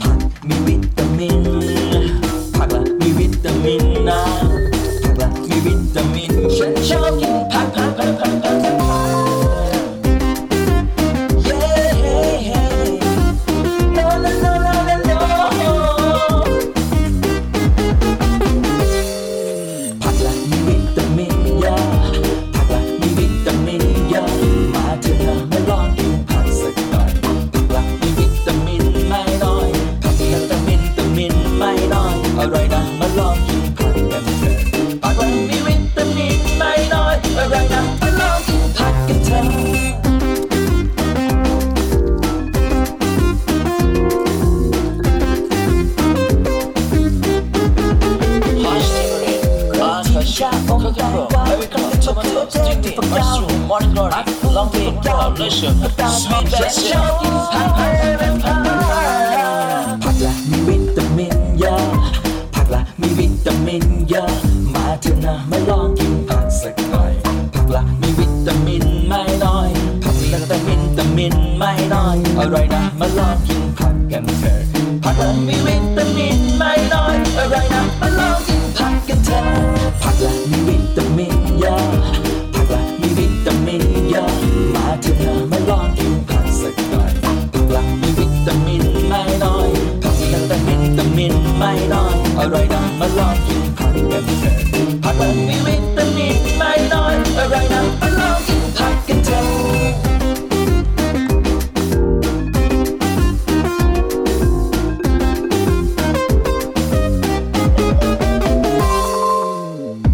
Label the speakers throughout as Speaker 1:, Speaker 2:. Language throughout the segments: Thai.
Speaker 1: ผักมีวิตามิน ผักละมีวิตามินนะผักละมีวิตามิน ฉันชอบกินผักผักผักผักผักผักผักเย้เฮ้เฮ้ no no no no no no ผักละมีวิตามินเยอะผักละมีวิตามินเยอะมาเถอะนะมาลองกินผักสักหน่อยผักละมีวิตามินไม่น้อยผักละแต่วิตามินไม่น้อยอร่อยนะมาลองกินผักกันเถอะผักละมีวิตามินไม่น้อยอร่อยนะมาลองกินผักกันเถอะชาองค์การกว่าไม่ต้องทำอะไรจริงๆฟังดาวมอร์นกอร์ลองกินดาวเลยเชียวดาวมีแต่ชอบกินผักผักผัก ผักละมีวิตามินเยอะ ผักละมีวิตามินเยอะ มาเถอะนะมาลองกินผักสักหน่อย ผักละมีวิตามินไม่น้อย ผักละแต่วิตามินไม่น้อย อร่อยนะมาลองกินผักกันเถอะ ผักละมีวิตามินไม่น้อย อร่อยนะมาลองกินผักกันเถอะ ผักละมีวิตามินเยอะ ผักละมีวิตามินเยอะ มาเถอะนะมาลองกินผักสักหน่อย ผักละมีวิตามินไม่น้อย ผักละแต่วิตามินไม่น้อย อร่อยนะมาลองกินผักกันเถอะผักละมีวิตามินไม่น้อย อร่อยนะมาลองกินผักกันเถอะ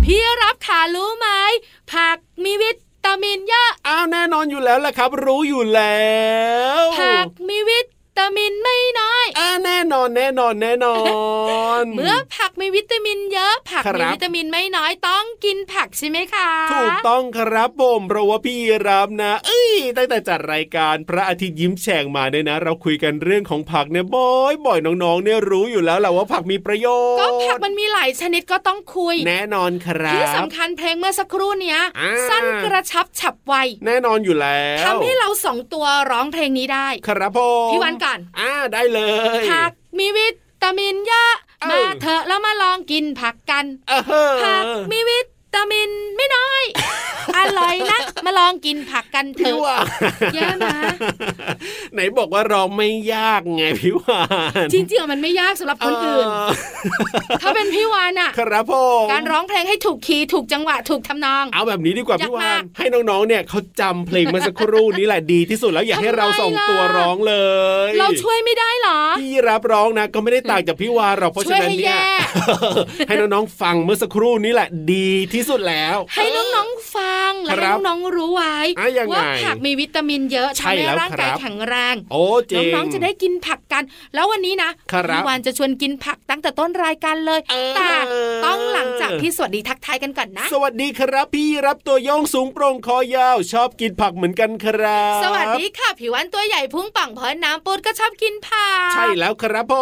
Speaker 2: พี่รับขารู้ไหมผักมีวิตามินเยอะ
Speaker 3: อ้าวแน่นอนอยู่แล้วล่ะครับ รู้อยู่แล้ว
Speaker 2: ผักมีวิตามินไม่น้อย
Speaker 3: อ่าแน่นอนแน่นอนแน่นอน
Speaker 2: เมื่อผักมีวิตามินเยอะผัก
Speaker 3: ครั
Speaker 2: มี
Speaker 3: บ
Speaker 2: วิตามินไม่น้อยต้องกินผักใช่ไหมคะ
Speaker 3: ถูกต้องครับผมเพราะว่าพี่รับนะ เอ้ยตั้งแต่จัดรายการพระอาทิตย์ยิ้มแฉ่งมาเนี่ยนะ เราคุยกันเรื่องของผักเนี่ยบ่อยบ่อยๆน้องๆ เนี่ยรู้อยู่แล้วแหละว่าผักมีประโยชน์
Speaker 2: ก็ผักมันมีหลายชนิดก็ต้องคุย
Speaker 3: แน่นอนครั
Speaker 2: ที่
Speaker 3: บ
Speaker 2: สำคัญเพลงเมื่อสักครู่เนี้ย
Speaker 3: อ่า
Speaker 2: สั้นกระชับฉับไว
Speaker 3: แน่นอนอยู่แล้ว
Speaker 2: ทำให้เราสองตัวร้องเพลงนี้ได้
Speaker 3: ครับผม
Speaker 2: พี่วันก่อน
Speaker 3: อ่าได้เลย
Speaker 2: ผักมีวิตามินเยอะ
Speaker 3: เอ้า
Speaker 2: มาเถอะแล้วมาลองกินผักกัน
Speaker 3: เออ
Speaker 2: ผักมีวิตามินไม่น้ อย อร่อยนะมาลองกินผักกันเถ
Speaker 3: พี่
Speaker 2: อะ
Speaker 3: วัน
Speaker 2: แย่นะ
Speaker 3: ไหนบอกว่าเราไม่ยากไง พี่วาน
Speaker 2: จริงๆอะมันไม่ยากสำหรับคนอื่น
Speaker 3: เ
Speaker 2: ถ้าเป็นพี่วานอะ
Speaker 3: ครับผม
Speaker 2: การร้องเพลงให้ถูกคีย์ถูกจังหวะถูกทำนอง
Speaker 3: เอาแบบนี้ดีกว่า
Speaker 2: อยาก
Speaker 3: พี่วาม
Speaker 2: าน ก
Speaker 3: ให้น้องๆ เนี่ยเขาจำเพลงเมื่อสักครู่นี้แหละ ดีที่สุดแล้วอยากให้เรา
Speaker 2: ทำไม
Speaker 3: ส่ง
Speaker 2: ล่ะ
Speaker 3: ตัวร้องเลย
Speaker 2: เราช่วยไม่ได้เหรอ
Speaker 3: พี่รับร้องนะ ก็ไม่ได้ต่างจากพี่วานหรอกเพราะ
Speaker 2: ช่
Speaker 3: ฉะ
Speaker 2: วย
Speaker 3: นั้น
Speaker 2: ให้
Speaker 3: เนี่ย
Speaker 2: แย่
Speaker 3: ให้น้องๆฟังเมื่อสักครู่นี้แหละดีที่สุดแล้ว
Speaker 2: ให้น้องๆฟังและ
Speaker 3: ครั
Speaker 2: ให้
Speaker 3: บ
Speaker 2: น้องๆรู้ไว้
Speaker 3: อ่ะยังไง
Speaker 2: ว่าผักมีวิตามินเยอะ
Speaker 3: ใช่
Speaker 2: ทำให้
Speaker 3: แล้ว
Speaker 2: ร่างกาย
Speaker 3: ครับ
Speaker 2: แข็งแรง
Speaker 3: โอ้เจริง
Speaker 2: น้องๆจะได้กินผักกัน แล้ววันนี้นะครับพี่วานจะชวนกินผักตั้งแต่ต้นรายการเลย
Speaker 3: เออ
Speaker 2: แต่ต้องหลังจากที่สวัสดีทักทายกันก่อนนะ
Speaker 3: สวัสดีครับ พี่รับตัวโยงสูงโปร่งคอยาว ชอบกินผักเหมือนกันครับ
Speaker 2: สวัสดีค่ะผิววันตัวใหญ่พุงป่องเพอน้ำปูดก็ชอบกินผัก
Speaker 3: ใช่แล้วครับผ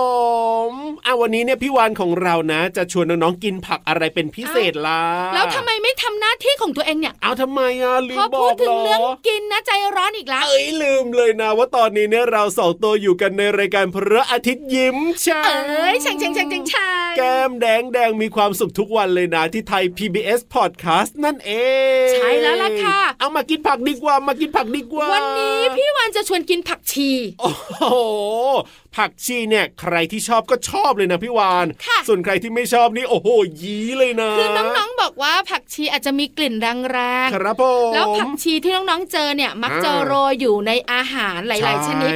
Speaker 3: มอ่ะวันนี้เนี่ยพี่วานของเรานะ จะชวนน้องๆกินผักอะไรเป็นพิเศษล่ะ
Speaker 2: แล้วทำไมไม่ทำหน้าที่ของตัวเองเนี่ย
Speaker 3: เอาทำไมอ่ะลื
Speaker 2: พ
Speaker 3: ม
Speaker 2: อบ พู
Speaker 3: อ
Speaker 2: ด
Speaker 3: ก
Speaker 2: ถึ
Speaker 3: เหรง
Speaker 2: เรื่อง
Speaker 3: อ
Speaker 2: กินนะใจร้อนอีกแล้ว
Speaker 3: เอ้ยลืมเลยนะว่าตอนนี้เนี่ยเราสองตัวอยู่กันในรายการพระอาทิตย์ยิ้มช่า
Speaker 2: เอ้ยแฉ่งแฉ่งแฉ่งแฉ่งแฉ่ง
Speaker 3: แก้มแดงแดงมีความสุขทุกวันเลยนะที่ไทย PBS Podcast นั่นเอง
Speaker 2: ใช่แล้วล่ะค่ะ
Speaker 3: เอามากินผักดีกว่ามากินผักดีกว่า
Speaker 2: วันนี้พี่วานจะชวนกินผักชี
Speaker 3: โอ้โห ผักชีเนี่ย ใครที่ชอบก็ชอบเลยนะพี่วาน
Speaker 2: ค่ะ
Speaker 3: ส่วนใครที่ไม่ชอบนี่โอ้โห ยีเลยนะ
Speaker 2: คือน้องๆบอกว่าผักชีอาจจะมีกลิ่นแรง
Speaker 3: ครับผม
Speaker 2: ๆแล้วผักชีที่น้องๆเจอเนี่ย มักจะ
Speaker 3: อ่า
Speaker 2: โรยอยู่ในอาหารหลาย ๆ ชนิด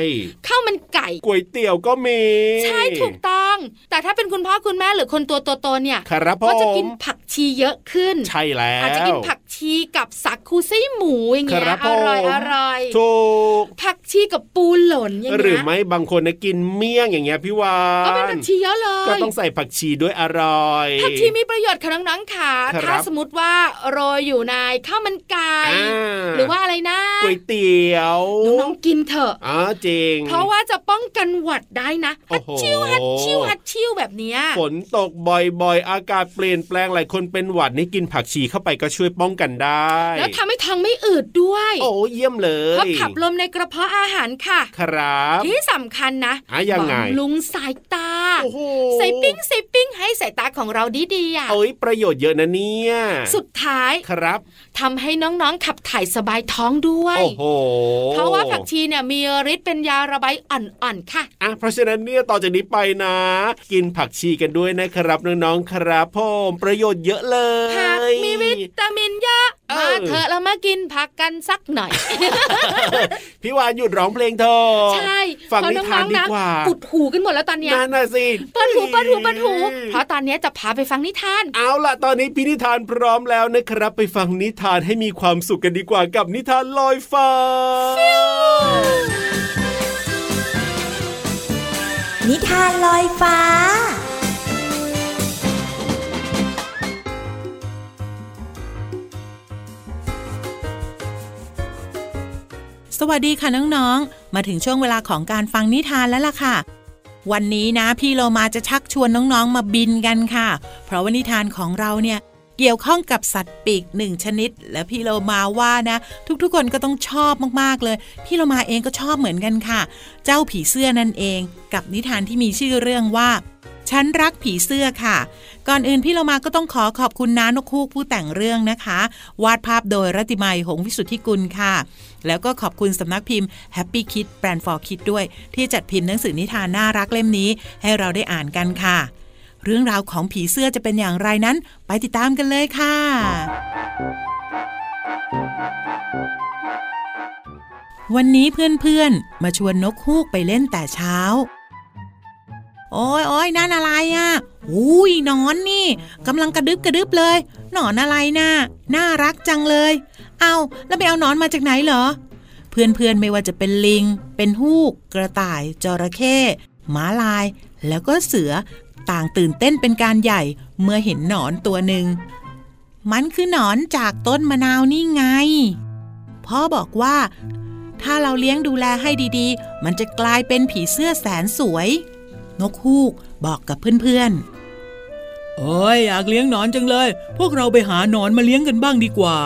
Speaker 3: ใ
Speaker 2: ข้าวมันไก่
Speaker 3: ก๋วยเตี๋ยวก็มี
Speaker 2: ใช่ถูกต้อง แต่ถ้าเป็นคุณพ่อคุณแม่หรือคนตัวโตๆเนี่ย
Speaker 3: ครับผม
Speaker 2: ก็จะกินผักชีเยอะขึ้น
Speaker 3: ใช่แล้ว
Speaker 2: อาจจะกินผักชีกับสักคูไส้หมูอย่างเงี้
Speaker 3: ครั
Speaker 2: ย
Speaker 3: บผ
Speaker 2: อ
Speaker 3: ม
Speaker 2: ร่อยอร่อย
Speaker 3: ถูก
Speaker 2: ผักชีกับปูหล่นอย่าง
Speaker 3: หรื
Speaker 2: เงี้
Speaker 3: อย ไม่บางคนนะกินเมี่ยงอย่างเงี้ยพี่วา
Speaker 2: ก็เป็น
Speaker 3: น
Speaker 2: ผักชีเยอะเลย
Speaker 3: ก็ต้องใส่ผักชีด้วยอร่อย
Speaker 2: ผักชีมีประโยชน์ค่ะน้องๆค่ะ
Speaker 3: ครับ
Speaker 2: ถ้าสมมติว่าโรยอยู่ในข้าวมันไก่
Speaker 3: อ่า
Speaker 2: หรือว่าอะไรนะ
Speaker 3: ก๋วยเตี๋ยว
Speaker 2: น้องๆกินเถอะ
Speaker 3: อ๋อจริง
Speaker 2: เพราะว่าจะป้องกันหวัดได้นะ
Speaker 3: โอ้
Speaker 2: ฮัด
Speaker 3: โห
Speaker 2: ชิวฮัดชิวฮัดชิวแบบเนี้ย
Speaker 3: ฝนตกบ่อยๆ อากาศเปลี่ยนแปลงหลายคนเป็นหวัดนี่กินผักชีเข้าไปก็ช่วยป้องกันได้
Speaker 2: แล้วทำให้ท้องไม่อืดด้วย
Speaker 3: โอ้เยี่ยมเล
Speaker 2: เพราะ
Speaker 3: ย
Speaker 2: ขับลมในกระเพาะอาหารค่ะ
Speaker 3: ครับ
Speaker 2: ที่สำคัญนะ
Speaker 3: อ่ะยังไง
Speaker 2: บำรุงสายตา
Speaker 3: โอ้โห
Speaker 2: ใส่ปิ้งใส่ปิ้งให้สายตาของเราดีๆอ่ะ
Speaker 3: เอ้ยประโยชน์เยอะนะเนี่ย
Speaker 2: สุดท้าย
Speaker 3: ครับ
Speaker 2: ทำให้น้องๆขับถ่ายสบายท้องด้วย
Speaker 3: โอ้โห
Speaker 2: เพราะว่าผักชีเนี่ยมีฤทธิ์เป็นยาระบายอ่อนๆค่ะ
Speaker 3: อ่ะเพราะฉะนั้นเนี่ยต่อจากนี้ไปนะ กินผักชีกันด้วยนะครับน้องๆครับผมประโยชน์เยอะเล
Speaker 2: ผัก
Speaker 3: ย
Speaker 2: มีวิตามินเยอะ
Speaker 3: เออ
Speaker 2: มาเถอะเรามากินผักกันสักห น่อย
Speaker 3: พี่วานหยุดร้องเพลงเถอะ
Speaker 2: ใช่
Speaker 3: ฟัง
Speaker 2: เพระ
Speaker 3: นิทาน
Speaker 2: องๆ
Speaker 3: ดีกว่า
Speaker 2: ปุดหูกันหมดแล้วตอนเนี้ย
Speaker 3: นั่นน่ะสิ
Speaker 2: เปิดหูเปิดหูเปิดหู เพราะตอนเนี้ยจะพาไปฟังนิทาน
Speaker 3: เอาล่ะตอนนี้พี่นิทานพร้อมแล้วนะครับ ไปฟังนิทานให้มีความสุขกันดีกว่ากับนิทานลอยฟ้า
Speaker 4: นิทานลอยฟ้า
Speaker 5: สวัสดีค่ะน้องๆ มาถึงช่วงเวลาของการฟังนิทานแล้วล่ะค่ะ วันนี้นะพี่เรามาจะชักชวนน้องๆ มาบินกันค่ะ เพราะว่านิทานของเราเนี่ยเกี่ยวข้องกับสัตว์ปีกหนึ่งชนิด และพี่เรามาว่านะ ทุกๆคนก็ต้องชอบมากๆเลย พี่เรามาเองก็ชอบเหมือนกันค่ะ เจ้าผีเสื้อนั่นเอง กับนิทานที่มีชื่อเรื่องว่า ฉันรักผีเสื้อค่ะ ก่อนอื่นพี่เรามาก็ต้องขอขอบคุณน้านกคูกผู้แต่งเรื่องนะคะ วาดภาพโดยรัติมัยหงส์วิสุทธิกุลค่ะ แล้วก็ขอบคุณสำนักพิมพ์ Happy Kid แบรนด์ for Kid ด้วย ที่จัดพิมพ์หนังสือนิทานน่ารักเล่มนี้ ให้เราได้อ่านกันค่ะ เรื่องราวของผีเสื้อจะเป็นอย่างไรนั้น ไปติดตามกันเลยค่ะ วันนี้เพื่อนๆ มาชวนนกฮูกไปเล่นแต่เช้า โอ้ยโอ้ยนั่นอะไรอะ่ะอุ้ยหนอนนี่กำลังกระดึบกระดึบเลยหนอนอะไรนะ่ะน่ารักจังเลย เอาแล้วไปเอาหนอนมาจากไหนเหรอ เพื่อนๆ ไม่ว่าจะเป็นลิง เป็นฮูก กระต่าย จระเข้หม้าลาย แล้วก็เสือ ต่างตื่นเต้นเป็นการใหญ่เมื่อเห็นหนอนตัวหนึ่ง มันคือหนอนจากต้นมะนาวนี่ไง พ่อบอกว่า ถ้าเราเลี้ยงดูแลให้ดีๆ มันจะกลายเป็นผีเสื้อแสนสวย นกฮูกบอกกับเพื่อนๆ โอ้ยอยากเลี้ยงหนอนจังเลย พวกเราไปหาหนอนมาเลี้ยงกันบ้างดีกว่า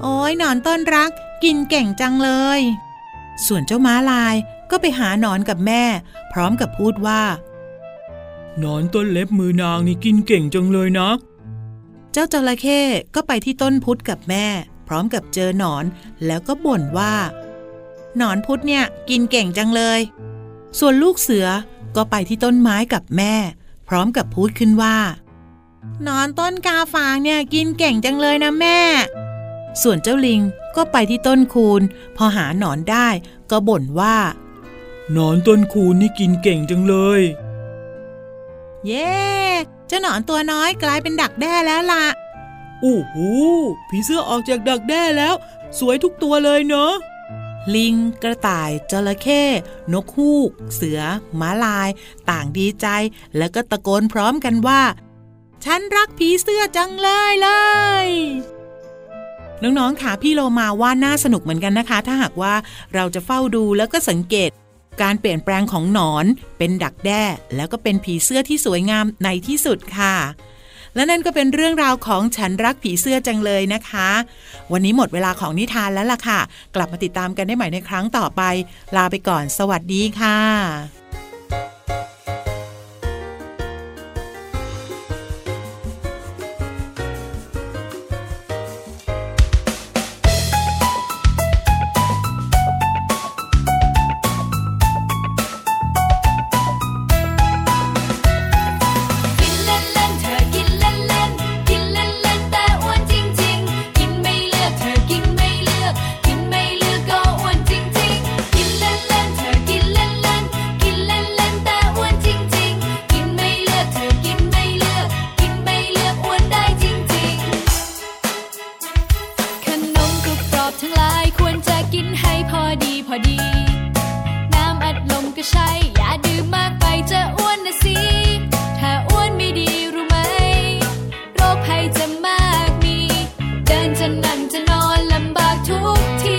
Speaker 5: โอ้ยหนอนต้นรัก กินเก่งจังเลย ส่วนเจ้าม้าลายก็ไปหาหนอนกับแม่ พร้อมกับพูดว่า
Speaker 6: หนอนต้นเล็บมือนางนี่กินเก่งจังเลยนะ
Speaker 5: เจ้าจระเข้ก็ไปที่ต้นพุทธกับแม่ พร้อมกับเจอหนอน แล้วก็บ่นว่า หนอนพุทธเนี่ย กินเก่งจังเลย ส่วนลูกเสือก็ไปที่ต้นไม้กับแม่ พร้อมกับพูดขึ้นว่าหนอนต้นกาฝางเนี่ย กินเก่งจังเลยนะแม่ ส่วนเจ้าลิงก็ไปที่ต้นคูนพอหาหนอนได้ก็บ่นว่า
Speaker 6: หนอนต้นคูนนี่กินเก่งจังเลย
Speaker 5: เย้เจ้าหนอนตัวน้อยกลายเป็นดักแด้แล้วล่ะ
Speaker 6: โอ้โหผีเสื้อออกจากดักแด้แล้ว สวยทุกตัวเลยเนาะ
Speaker 5: ลิง กระต่าย จระเข้ นกฮูก เสือ ม้าลาย ต่างดีใจ แล้วก็ตะโกนพร้อมกันว่า ฉันรักผีเสื้อจังเลยเลย น้อง ๆ ค่ะ พี่โลมาว่าน่าสนุกเหมือนกันนะคะ ถ้าหากว่าเราจะเฝ้าดูแล้วก็สังเกต การเปลี่ยนแปลงของหนอน เป็นดักแด้ แล้วก็เป็นผีเสื้อที่สวยงามในที่สุดค่ะ และนั่นก็เป็นเรื่องราวของฉันรักผีเสื้อจังเลยนะคะ วันนี้หมดเวลาของนิทานแล้วล่ะค่ะ กลับมาติดตามกันได้ใหม่ในครั้งต่อไป ลาไปก่อน สวัสดีค่ะ
Speaker 7: กินเล่นเล่นเธอกินเล่นเล่นกินเล่นเล่นแต่อ้วนจริงจริงกินไม่เลือกเธอกินไม่เลือก กินไม่เลือกก็อ้วนจริงจริงกินเล่นเล่นเธอกินเล่นเล่นกินเล่นเล่นแต่อ้วนจริงจริงกินไม่เลือกเธอกินไม่เลือก กินไม่เลือกอ้วนได้จริงจริง ขนมกรุบกรอบทั้งหลายควรจะกินให้พอดีพอดี น้ำอัดลมก็ใช่ อย่าดื่มมากไปจะอ้วนนะสิ ถ้าอ้วนไม่ดีรู้ไหม โรคภัยจะมากมี เดินจะนั่งจะนอนลำบากทุกที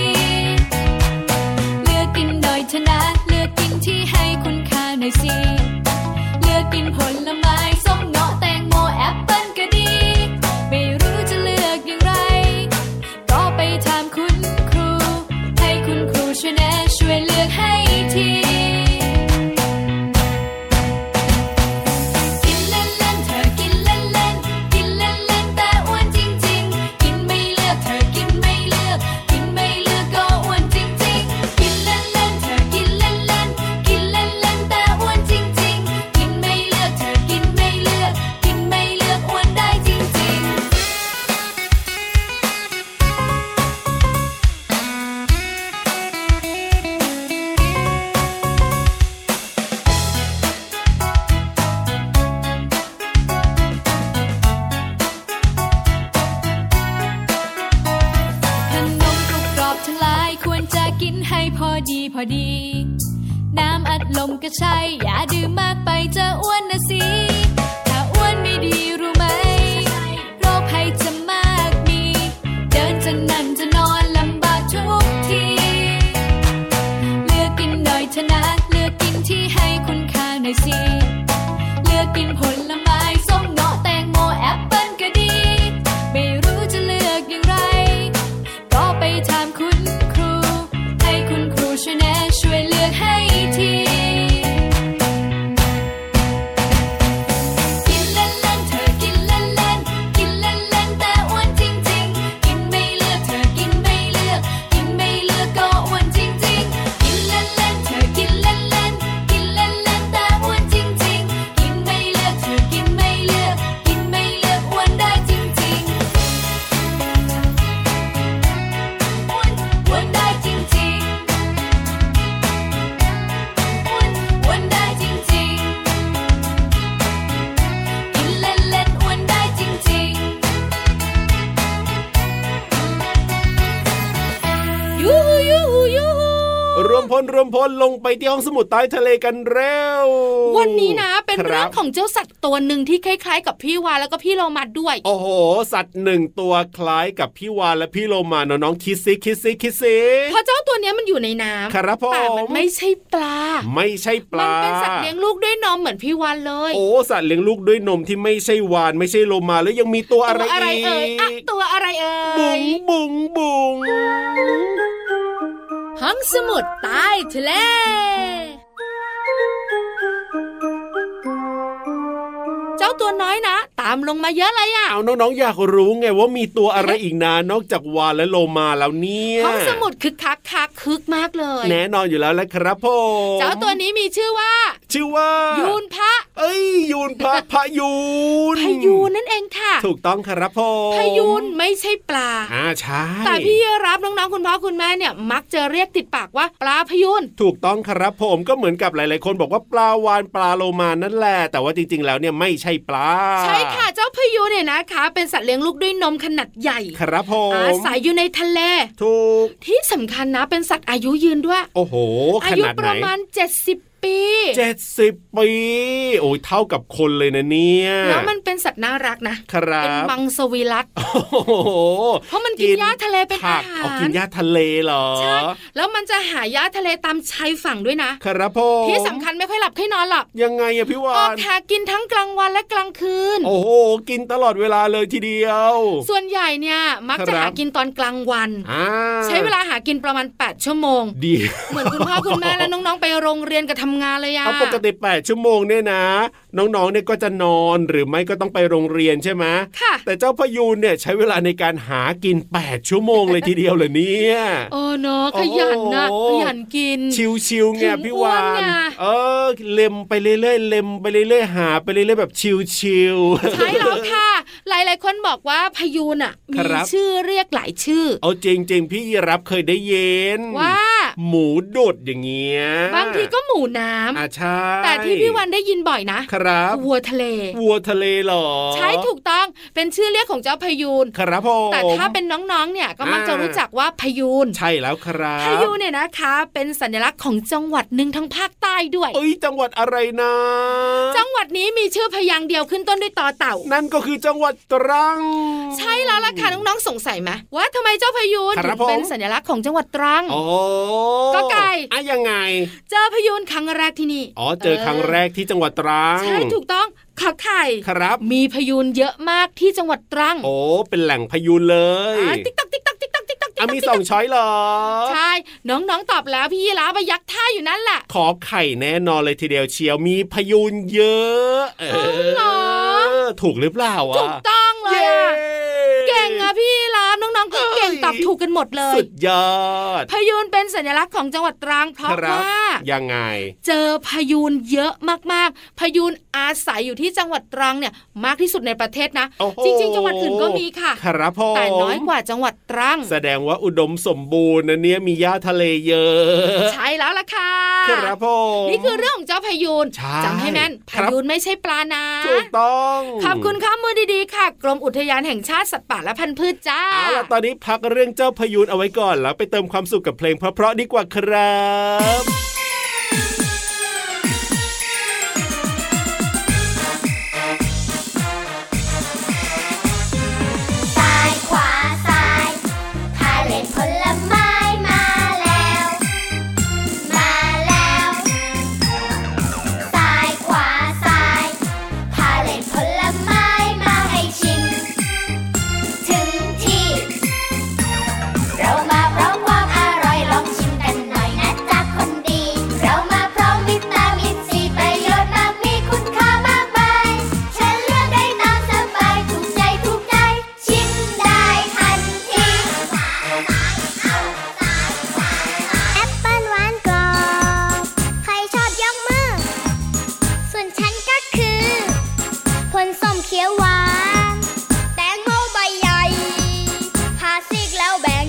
Speaker 7: ทั้งหลายควรจะกินให้พอดีพอดี น้ำอัดลมก็ใช่ อย่าดื่มมากไปจะอ้วนนะสิ ถ้าอ้วนไม่ดีรู้ไหม โรคภัยจะมากมี เดินจะนั่งจะนอนลำบากทุกที เลือกกินหน่อยเถอะนะเลือกกินที่ให้คุณค่าหน่อยสิ เลือกกินผลไม้ส้มเงาะแตงโมแอปเปิ้ลก็ดี ไม่รู้จะเลือกอย่างไร ก็ไปถามคุณครู ให้คุณครูช่วยแนะช่วยเลือกให้ที กินเล่นเล่นเธอกินเล่นเล่นกินเล่นเล่นแต่อ้วนจริงจริงกินไม่เลือกเธอกินไม่เลือก กินไม่เลือกก็อ้วนจริงจริงกินเล่นเล่นเธอกินเล่นเล่นกินเล่นเล่นแต่อ้วนจริงจริงกินไม่เลือกเธอกินไม่เลือก กินไม่เลือกอ้วนได้จริงจริงอ้วนอ้วนได้จริงจริงอ้วนอ้วนได้จริงจริง กินเล่นเล่นอ้วนได้จริงๆ
Speaker 2: ยูฮูยูฮูยูฮู
Speaker 3: รวมพลรวมพลลงไปที่ห้องสมุดใต้ทะเลกันเร็ว
Speaker 2: วันนี้นะเป็นเรื่อง
Speaker 3: คบ
Speaker 2: ของเจ้าสัตว์ตัวหนึ่งที่คล้าย ๆ กับพี่วานแล้วก็พี่โลมาด้วย
Speaker 3: โอ้โห สัตว์หนึ่งตัวคล้ายกับพี่วานและพี่โลมาเนอะน้องคิดซิคิดซิคิดซิ
Speaker 2: เพราะเจ้าตัวเนี้ยมันอยู่ในน้ำ
Speaker 3: ครับผม
Speaker 2: แต่มันไม่ใช่ปลา
Speaker 3: ไม่ใช่ป
Speaker 2: มั
Speaker 3: ลา
Speaker 2: เป็นสัตว์เลี้ยงลูกด้วยนมเหมือนพี่วานเลย
Speaker 3: โอ้สัตว์เลี้ยงลูกด้วยนมที่ไม่ใช่วานไม่ใช่โลมาแล้วยังมีตัวอะไร
Speaker 2: ตัวอะไรเอ่ยอะ
Speaker 3: อีก
Speaker 2: ตัวอะไรเอ่
Speaker 3: บุ๋ง
Speaker 2: ย
Speaker 3: บุ๋งบุ๋ง
Speaker 2: ห้องสมุดใต้ทะเลเจ้าตัวน้อยนะ ตามลงมาเยอะเลยอ่ะ
Speaker 3: เอาน้องๆ อยากรู้ไงว่ามีตัวอะไรอีกนะนอกจากวานและโลมาแล้วเนี่ย
Speaker 2: ห้องสมุดคึกคักคักคึกมากเลย
Speaker 3: แน่นอนอยู่แล้วแหละครับผม
Speaker 2: เจ้าตัวนี้มีชื่อว่า
Speaker 3: ชื่อว่า
Speaker 2: ยู
Speaker 3: ยู
Speaker 2: นพระ
Speaker 3: เอ้ยยูนพระพะยูน
Speaker 2: พายูนนั่นเองค่ะ
Speaker 3: ถูกต้องครับผม
Speaker 2: พายูนไม่ใช่ปลา
Speaker 3: อ่าใช่
Speaker 2: แต่พี่รับน้องๆคุณพ่อคุณแม่เนี่ย มักจะเรียกติดปากว่าปลาพายุน
Speaker 3: ถูกต้องครับผมก็เหมือนกับหลาย ๆ คนบอกว่าปลาวานปลาโลมานั่นแหละแต่ว่าจริง ๆ แล้วเนี่ยไม่ใช่ปลา
Speaker 2: ใช่ค่ะเจ้าพายุเนี่ยนะคะ เป็นสัตว์เลี้ยงลูกด้วยนมขนาดใหญ่
Speaker 3: ครับผม
Speaker 2: อาศัยอยู่ในทะเล
Speaker 3: ถูก
Speaker 2: ที่สำคัญนะเป็นสัตว์อายุยืนด้วย
Speaker 3: โอ้โห ข
Speaker 2: อายุ
Speaker 3: นาด
Speaker 2: ป
Speaker 3: ไหน
Speaker 2: ระมาณ 70 ปี
Speaker 3: เจ็ดสิบปี โอ้ยเท่ากับคนเลยนะเนี่ย
Speaker 2: แล้วมันเป็นสัตว์น่ารักนะ
Speaker 3: ครั
Speaker 2: เป็น
Speaker 3: บ
Speaker 2: มังสวิรัต
Speaker 3: โอ้โห
Speaker 2: เพราะมันกินหญ้าทะเลเป็น
Speaker 3: ผัก
Speaker 2: อาหาร
Speaker 3: เอากินหญ้าทะเลเหรอ
Speaker 2: ใช่แล้วมันจะหาหญ้าทะเลตามชายฝั่งด้วยนะ
Speaker 3: ครับผม
Speaker 2: ที่สำคัญไม่ค่อยหลับค่อยนอนหรอก
Speaker 3: ยังไงอะพี่วา
Speaker 2: ออก
Speaker 3: น
Speaker 2: หากินทั้งกลางวันและกลางคืน
Speaker 3: โอ้โห กินตลอดเวลาเลยทีเดียว
Speaker 2: ส่วนใหญ่เนี่ยมักจะ
Speaker 3: ครับ
Speaker 2: หากินตอนกลางวัน
Speaker 3: อ่า
Speaker 2: ใช้เวลาหากินประมาณ 8 ชั่วโมง
Speaker 3: ดี
Speaker 2: เหมือนคุณพ่อคุณแม่ และน้องๆไปโรงเรียนกับทำงานเลยอะ
Speaker 3: เอาปกติ8ชั่วโมงเนี่ยนะ น้องๆเนี่ยก็จะนอนหรือไม่ก็ต้องไปโรงเรียนใช่ไหม
Speaker 2: ค่ะ
Speaker 3: แต่เจ้าพยูนเนี่ยใช้เวลาในการหากิน 8 ชั่วโมงเลยทีเดียวเลยเนี่ย
Speaker 2: โอ้เนอะขยันนะ
Speaker 3: โอ้
Speaker 2: ข
Speaker 3: โห
Speaker 2: ยันกิน
Speaker 3: ชิวๆไง
Speaker 2: ถึง
Speaker 3: พี่
Speaker 2: อ้วน
Speaker 3: วาน
Speaker 2: ไง
Speaker 3: เออ เล็มไปเรื่อยๆเล็มไปเรื่อยๆหาไปเรื่อยๆแบบชิวๆ
Speaker 2: ใช่แล้วค่ะ หลายๆคนบอกว่าพยูนอะมี
Speaker 3: ครับ
Speaker 2: ชื่อเรียกหลายชื่อ
Speaker 3: เอาจริงๆ พี่รับเคยได้เย็น
Speaker 2: ว่า
Speaker 3: หมูดุดอย่างเงี้ย
Speaker 2: บางทีก็หมูน้ำ
Speaker 3: อ่าใช่
Speaker 2: แต่ที่พี่วันได้ยินบ่อยนะครับวัวทะเล
Speaker 3: วัวทะเลเหรอ
Speaker 2: ใช่ถูกต้องเป็นชื่อเรียกของเจ้าพยูน
Speaker 3: ครับผม
Speaker 2: แต่ถ้าเป็นน้องๆ เนี่ยก็มักจะรู้จักว่าพยูน
Speaker 3: ใช่แล้วครับ
Speaker 2: พยูนเนี่ยนะคะ เป็นสัญลักษณ์ของจังหวัดหนึ่งทั้งภาคใต้ด้วย
Speaker 3: เอ้ยจังหวัดอะไรนะ
Speaker 2: จังหวัดนี้มีชื่อพยางค์เดียวขึ้นต้นด้วยต่อเต่า
Speaker 3: นั่นก็คือจังหวัดตรัง
Speaker 2: ใช่แล้วล่ะค่ะน้องๆ สงสัยไหมว่าทำไมเจ้าพยูน
Speaker 3: ค
Speaker 2: ถึ
Speaker 3: รับ
Speaker 2: ง
Speaker 3: ผม
Speaker 2: เป็นสัญลักษณ์ของจังหวัดตรัง
Speaker 3: โอ้
Speaker 2: ก็ไก่
Speaker 3: อ่ะยังไง
Speaker 2: เจอพยูนครั้งแรกที่นี่
Speaker 3: อ๋อเจอครั้งแรกที่จังหวัดตรัง
Speaker 2: ใช่ถูกต้องขอไข่
Speaker 3: ครับ
Speaker 2: มีพยูนเยอะมากที่จังหวัดตรัง
Speaker 3: โอ้ เป็นแหล่งพยูนเลย
Speaker 2: ติ๊กตักติ๊กตักติ๊กตักติ๊กตักติ๊ก
Speaker 3: อ่ะ
Speaker 2: ตัก
Speaker 3: มีสองช้อยเหรอ
Speaker 2: ใช่น้องๆ ตอบแล้วพี่ยีราฟอะยักท่าอยู่นั่นแหละ
Speaker 3: ขอไข่แน่นอนเลยทีเดียวเชียวมีพยูนเยอะเออ
Speaker 2: เหรอ
Speaker 3: ถูกหรือเปล่า
Speaker 2: ถู
Speaker 3: อ่ะ
Speaker 2: กต้องเลยอะ เก่งอะพี่ลามน้องๆก็เก่งตอบถูกกันหมดเลย
Speaker 3: สุดยอด
Speaker 2: พยูนเป็นสัญลักษณ์ของจังหวัดตรังเพราะ
Speaker 3: ครับ
Speaker 2: ว่า
Speaker 3: ยังไง
Speaker 2: เจอพยูนเยอะมากๆ พยูนอาศัยอยู่ที่จังหวัดตรังเนี่ยมากที่สุดในประเทศนะ
Speaker 3: โอ้โห
Speaker 2: จริง ๆ จังหวัดอื่นก็มีค่ะ
Speaker 3: ครับผม
Speaker 2: แต่น้อยกว่าจังหวัดตรัง
Speaker 3: แสดงว่าอุดมสมบูรณ์นะเนี่ยมีหญ้าทะเลเยอะ
Speaker 2: ใช่แล้วล่ะค่ะ
Speaker 3: ครับผม
Speaker 2: นี่คือเรื่องของเจ้าพยูน
Speaker 3: ใช่
Speaker 2: จำให้แม่นพ
Speaker 3: ครับ
Speaker 2: ยูนไม่ใช่ปลานะ
Speaker 3: ถูกต้อง
Speaker 2: ขอบคุณข้อมูลดีๆค่ะ กรมอุทยานแห่งชาติสัตว์ป่าและพันธุ์พืชจ้า
Speaker 3: เอาล่ะตอนนี้พัก เรื่องเจ้าพยูนเอาไว้ก่อน แล้วไปเติมความสุขกับเพลงเพราะๆดีกว่าครับ
Speaker 7: ซ้ายขวาซ้ายพาเล่นผลไม้มาแล้ว มาแล้วซ้ายขวาซ้ายพาเล่นผลไม้มาให้ชิม ถึงที่ เรามาพร้อมความอร่อยลองชิมกันหน่อยนะจ๊ะคนดี เรามาพร้อมวิตามินซีประโยชน์มากมีคุณค่ามากมายฉันเลือกได้ตามสบายถูกใจถูกใจ ชิมได้ทันที
Speaker 8: แอปเปิ้ลหวานกรอบใครชอบยกมือ ส่วนฉันก็คือผลส้มเขียวหวาน แตงโมใบใหญ่พาซีกแล้วแบ่ง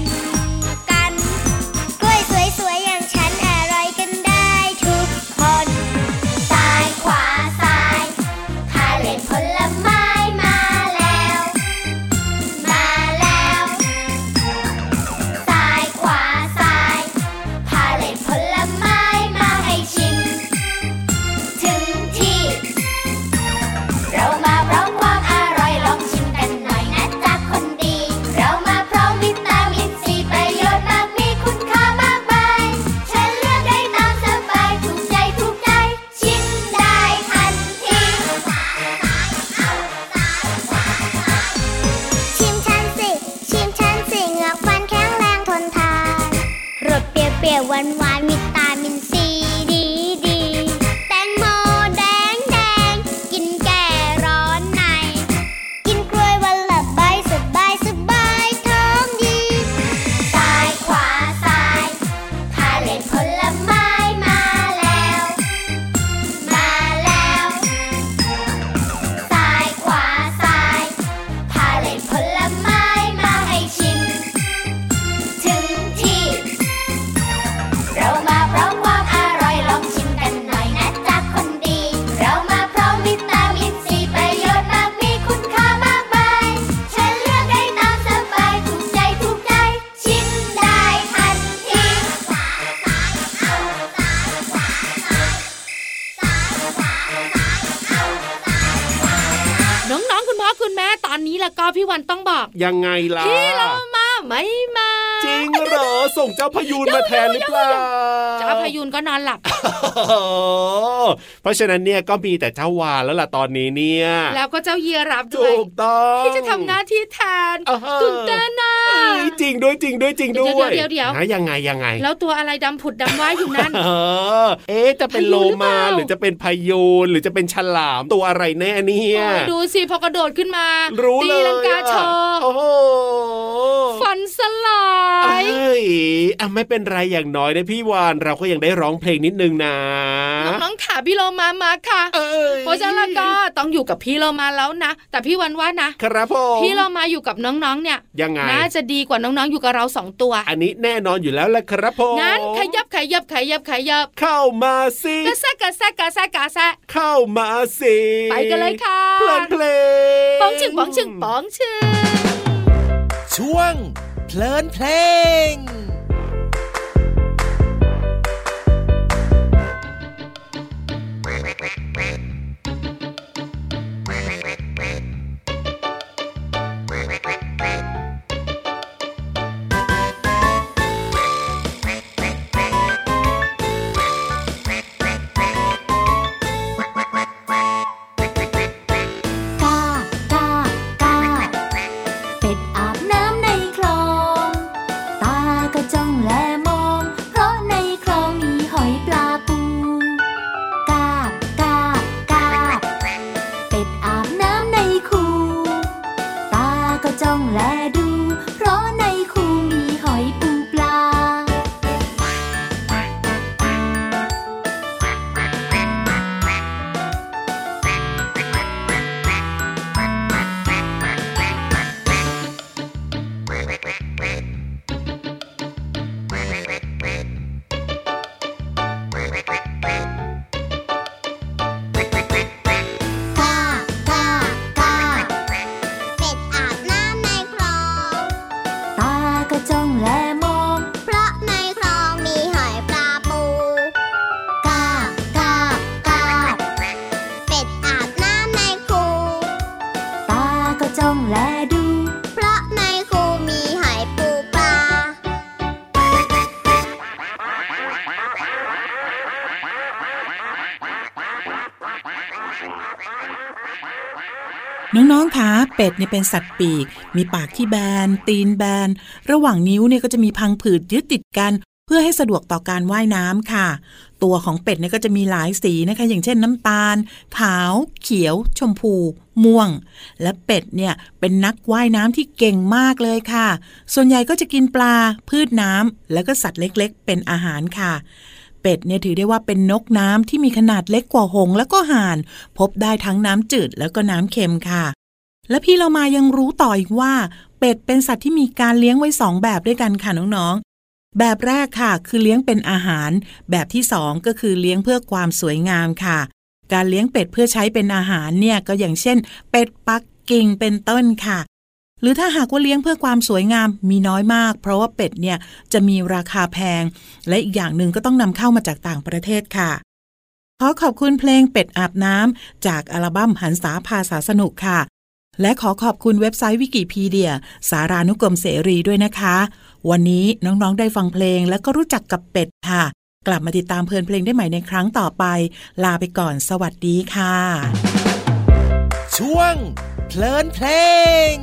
Speaker 8: กัน กล้วยสวยๆ อย่างฉันอร่อยกันได้ทุกคน
Speaker 7: ซ้ายขวาซ้ายพาเล่นผลไม้มาแล้ว มาแล้วซ้ายขวาซ้ายพาเล่นผลไม้มาให้ชิม ถึงที่ เรามาพร้อมความอร่อยลองชิมกันหน่อยนะจ๊ะคนดี เรามาพร้อมวิตามินซีประโยชน์มากมีคุณค่ามากมายฉันเลือกได้ตามสบายถูกใจถูกใจ ชิมได้ทันที
Speaker 8: ชิมฉันสิ ชิมฉันสิ เหงือกฟันแข็งแรงทนทาน รสเปรี้ยวๆหวานหวานๆวิตามินซีดีดีๆแตงโมแดงแดงๆกินแก่ร้อนใน กินกล้วยวันละใบสบายสบายท้องดี
Speaker 7: ซ้ายขวาซ้ายพาเล่นผลไม้มาแล้ว มาแล้วซ้ายขวาซ้ายพาเล่นผลไม้มาให้ชิม ถึงที่ เรามาพร้อมความอร่อยลองชิมกันหน่อยนะจ๊ะคนดี เรามาพร้อมวิตามินซีประโยชน์มากมีคุณค่ามากมายฉันเลือกได้ตามสบายถูกใจถูกใจ ชิมได้ทันที
Speaker 2: น้องๆ คุณพ่อคุณแม่ตอนนี้แล้วก็พี่วันต้องบอก
Speaker 3: ยังไงล่ะ
Speaker 2: พี่เรามาไม่มา
Speaker 3: จริงเหรอ ส่งเจ้าพยูนมาแทนหรือเปล่า
Speaker 2: เจ้าพายุนก็นอนหลับ
Speaker 3: โอ้โหเพราะฉะนั้นเนี่ยก็มีแต่เจ้าวานแล้วล่ะตอนนี้เนี่ย
Speaker 2: แล้วก็เจ้าเยีรับด้วย
Speaker 3: ถูกต้อง
Speaker 2: ที่จะทำหน้าที่แทน
Speaker 3: อ่าฮะ
Speaker 2: ตื่นเต้นนะ
Speaker 3: เอ้ยจริงด้วยจริงด้วยจริงด้วย
Speaker 2: เดี๋ยวเดี๋ยวเดี๋ยว
Speaker 3: นะยังไงยังไง
Speaker 2: แล้วตัวอะไรดำผุดดำว่ายอยู่นั่น
Speaker 3: เออเอ๊ะจะเป็น
Speaker 2: พายุ
Speaker 3: โลมา
Speaker 2: หรือเปล่า
Speaker 3: หรือจะเป็นพายุหรือจะเป็นฉลามตัวอะไรแน่เนี่ย
Speaker 2: โอ้ยดูสิพอกระโดดขึ้นมา
Speaker 3: รู้
Speaker 2: ตี
Speaker 3: เลย
Speaker 2: ลังกาโช
Speaker 3: อะ
Speaker 2: ว์
Speaker 3: โอ้โห
Speaker 2: ฟันสลาย
Speaker 3: เอ้ยอ่ะไม่เป็นไรอย่างน้อยนะพี่วานเราก็ยังได้ร้องเพลงนิดนึงนะ
Speaker 2: น้องๆขาพี่โลมามาค่ะ
Speaker 3: เอ้ย
Speaker 2: เพราะฉะนั้นแล้วก็ต้องอยู่กับพี่โลมาแล้วนะ แต่พี่วันว่านะ
Speaker 3: ครับผม
Speaker 2: พี่โลมาอยู่กับน้องๆ เนี่ย
Speaker 3: ยังไง
Speaker 2: น่าจะดีกว่าน้องๆ อยู่กับเราสองตัว
Speaker 3: อันนี้แน่นอนอยู่แล้วละครับผม
Speaker 2: งั้นขยับขยับขยับขยับ
Speaker 3: เข้ามาสิ
Speaker 2: กระแซะกระแซะกระแซะกระแซะ
Speaker 3: เข้ามาสิ
Speaker 2: ไปกันเลยค่ะ
Speaker 3: เพลินเพลง
Speaker 2: ป๋องชึงป๋องชึงป๋องชึง
Speaker 9: ช่วง เพลินเพลง
Speaker 7: กา กา กา เป็ดอาบน้ำในคลอง ตาก็จ้องและมอง เพราะในคลองมีหอยปลาปู กา กา กา เป็ดอาบน้ำในคูตาก็จ้องและดู เพราะในคูมีหอยปูปลา
Speaker 8: เ
Speaker 5: น้องๆคะเป็ดเนี่ยเป็นสัตว์ปีก มีปากที่แบน ตีนแบน ระหว่างนิ้วเนี่ยก็จะมีพังผืดยึดติดกัน เพื่อให้สะดวกต่อการว่ายน้ำค่ะ ตัวของเป็ดเนี่ยก็จะมีหลายสีนะคะ อย่างเช่นน้ำตาล ขาว เขียว ชมพู ม่วง และเป็ดเนี่ยเป็นนักว่ายน้ำที่เก่งมากเลยค่ะ ส่วนใหญ่ก็จะกินปลา พืชน้ำแล้วก็สัตว์เล็กๆ เป็นอาหารค่ะ เป็ดเนี่ยถือได้ว่าเป็นนกน้ำที่มีขนาดเล็กกว่าหงส์และก็ห่าน พบได้ทั้งน้ำจืดแล้วก็น้ำเค็มค่ะ และพี่เรามายังรู้ต่ออีกว่า เป็ดเป็นสัตว์ที่มีการเลี้ยงไว้สองแบบด้วยกันค่ะน้องๆ แบบแรกค่ะ คือเลี้ยงเป็นอาหาร แบบที่สองก็คือเลี้ยงเพื่อความสวยงามค่ะ การเลี้ยงเป็ดเพื่อใช้เป็นอาหารเนี่ยก็อย่างเช่น เป็ดปักกิ่งเป็นต้นค่ะ หรือถ้าหากว่าเลี้ยงเพื่อความสวยงามมีน้อยมาก เพราะว่าเป็ดเนี่ยจะมีราคาแพง และอีกอย่างหนึ่งก็ต้องนำเข้ามาจากต่างประเทศค่ะ ขอขอบคุณเพลงเป็ดอาบน้ำจากอัลบั้มหันษาภาษาสนุกค่ะ และขอขอบคุณเว็บไซต์วิกิพีเดีย สารานุกรมเสรีด้วยนะคะ วันนี้น้องๆได้ฟังเพลงและก็รู้จักกับเป็ดค่ะ กลับมาติดตามเพลินเพลงได้ใหม่ในครั้งต่อไป ลาไปก่อนสวัสดีค่ะ
Speaker 10: ช่วงเพลินเพลง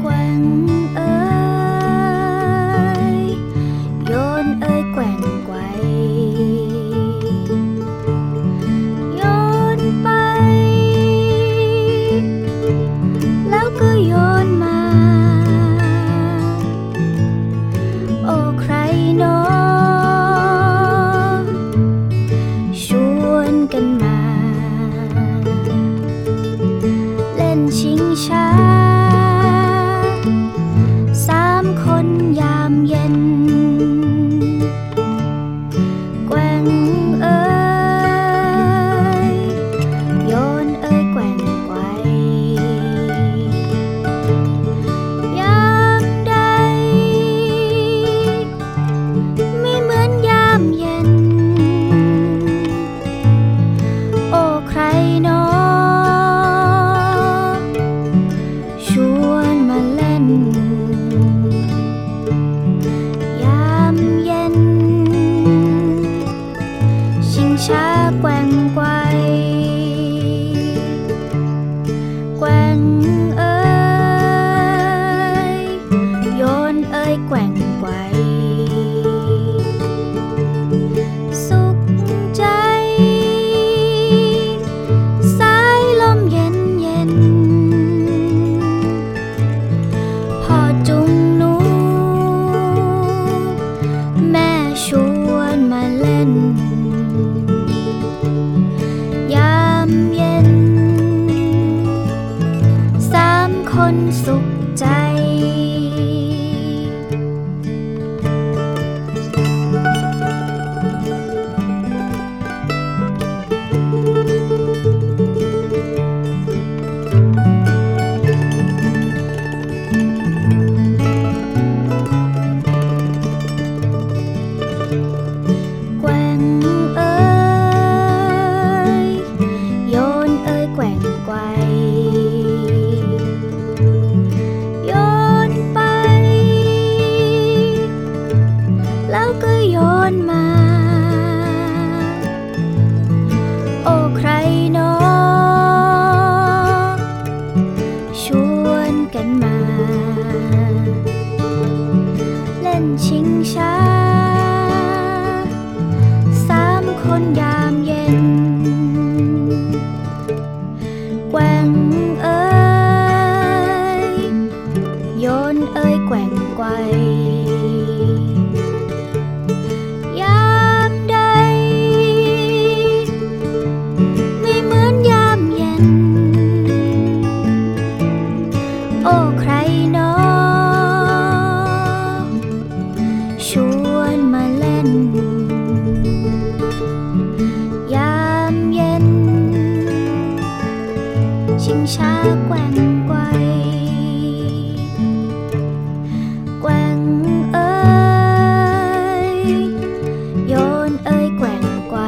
Speaker 11: แกว่งเอ้ยโยนเอ้ยแกว่งไกวโยนไป แล้วก็โยนมา โอ้ใครเนอชวนกันมา เล่นชิงช้า สามคนยามเย็น แกว่งเอ้ย โยนเอ้ยแกว่งไกวยามใด ไม่เหมือนยามเย็น โอ้ใครเนอ ชวนมาเล่น ยามเย็น ชิงช้าแกว่งไกวแกว่งเอ้ย โยนเอ้ยแกว่งไกวสุขใจ สายลมเย็นเย็น พอจุงหนู แม่ชวนมาเล่น ยามเย็น สามคนสุขใจ แกว่งเอ้ย โยนเอ้ยแกว่งไกวโยนไป แล้วก็โยนมา โอ้ใครเนอชวนกันมา เล่นชิงช้า สามคนยามเย็น แกว่งเอ้ย โยนเอ้ยแกว่งไกวยามใด ไม่เหมือนยามเย็น โอ้ใครเนอ ชวนมาเล่น ยามเย็น ชิงช้าแกว่งไกวแกว่งเอ้ย โยนเอ้ยแกว่งไกว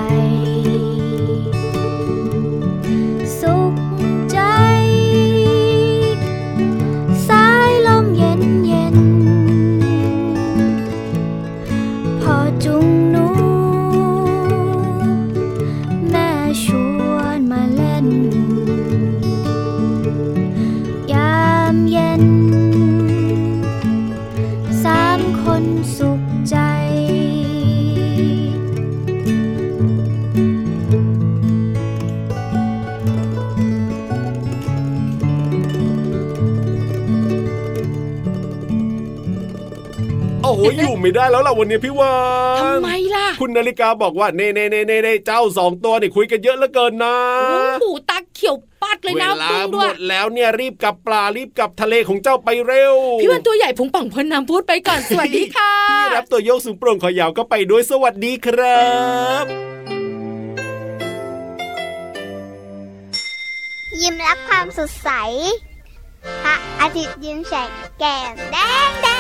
Speaker 3: ยอยู่ไม่ได้แล้วล่ะวันนี้พี่วาน
Speaker 2: ทำไมล่ะ
Speaker 3: คุณนาฬิกาบอกว่าเน่เน่เน่เน่เน่เจ้าสองตัวนี่คุยกันเยอะเหลือเกินนะ
Speaker 2: โอ้โหตาเขียวปัดเลย
Speaker 3: เว
Speaker 2: นะ
Speaker 3: ลา
Speaker 2: พึ่ง
Speaker 3: หม
Speaker 2: ด้วย
Speaker 3: ดแล้วเนี่ยรีบกลับปลารีบกลับทะเลของเจ้าไปเร็ว
Speaker 2: พี่วันตัวใหญ่พุงป่องพลน้ำพูดไปก่อน สวัสดีค่ะ
Speaker 3: พี่รับตัวโยกสูงโปร่งคอยาวก็ไปด้วยสวัสดีครับ
Speaker 8: ยิ้มรับความสดใส พระอาทิตย์ยิ้มแฉกแก้มแดงแด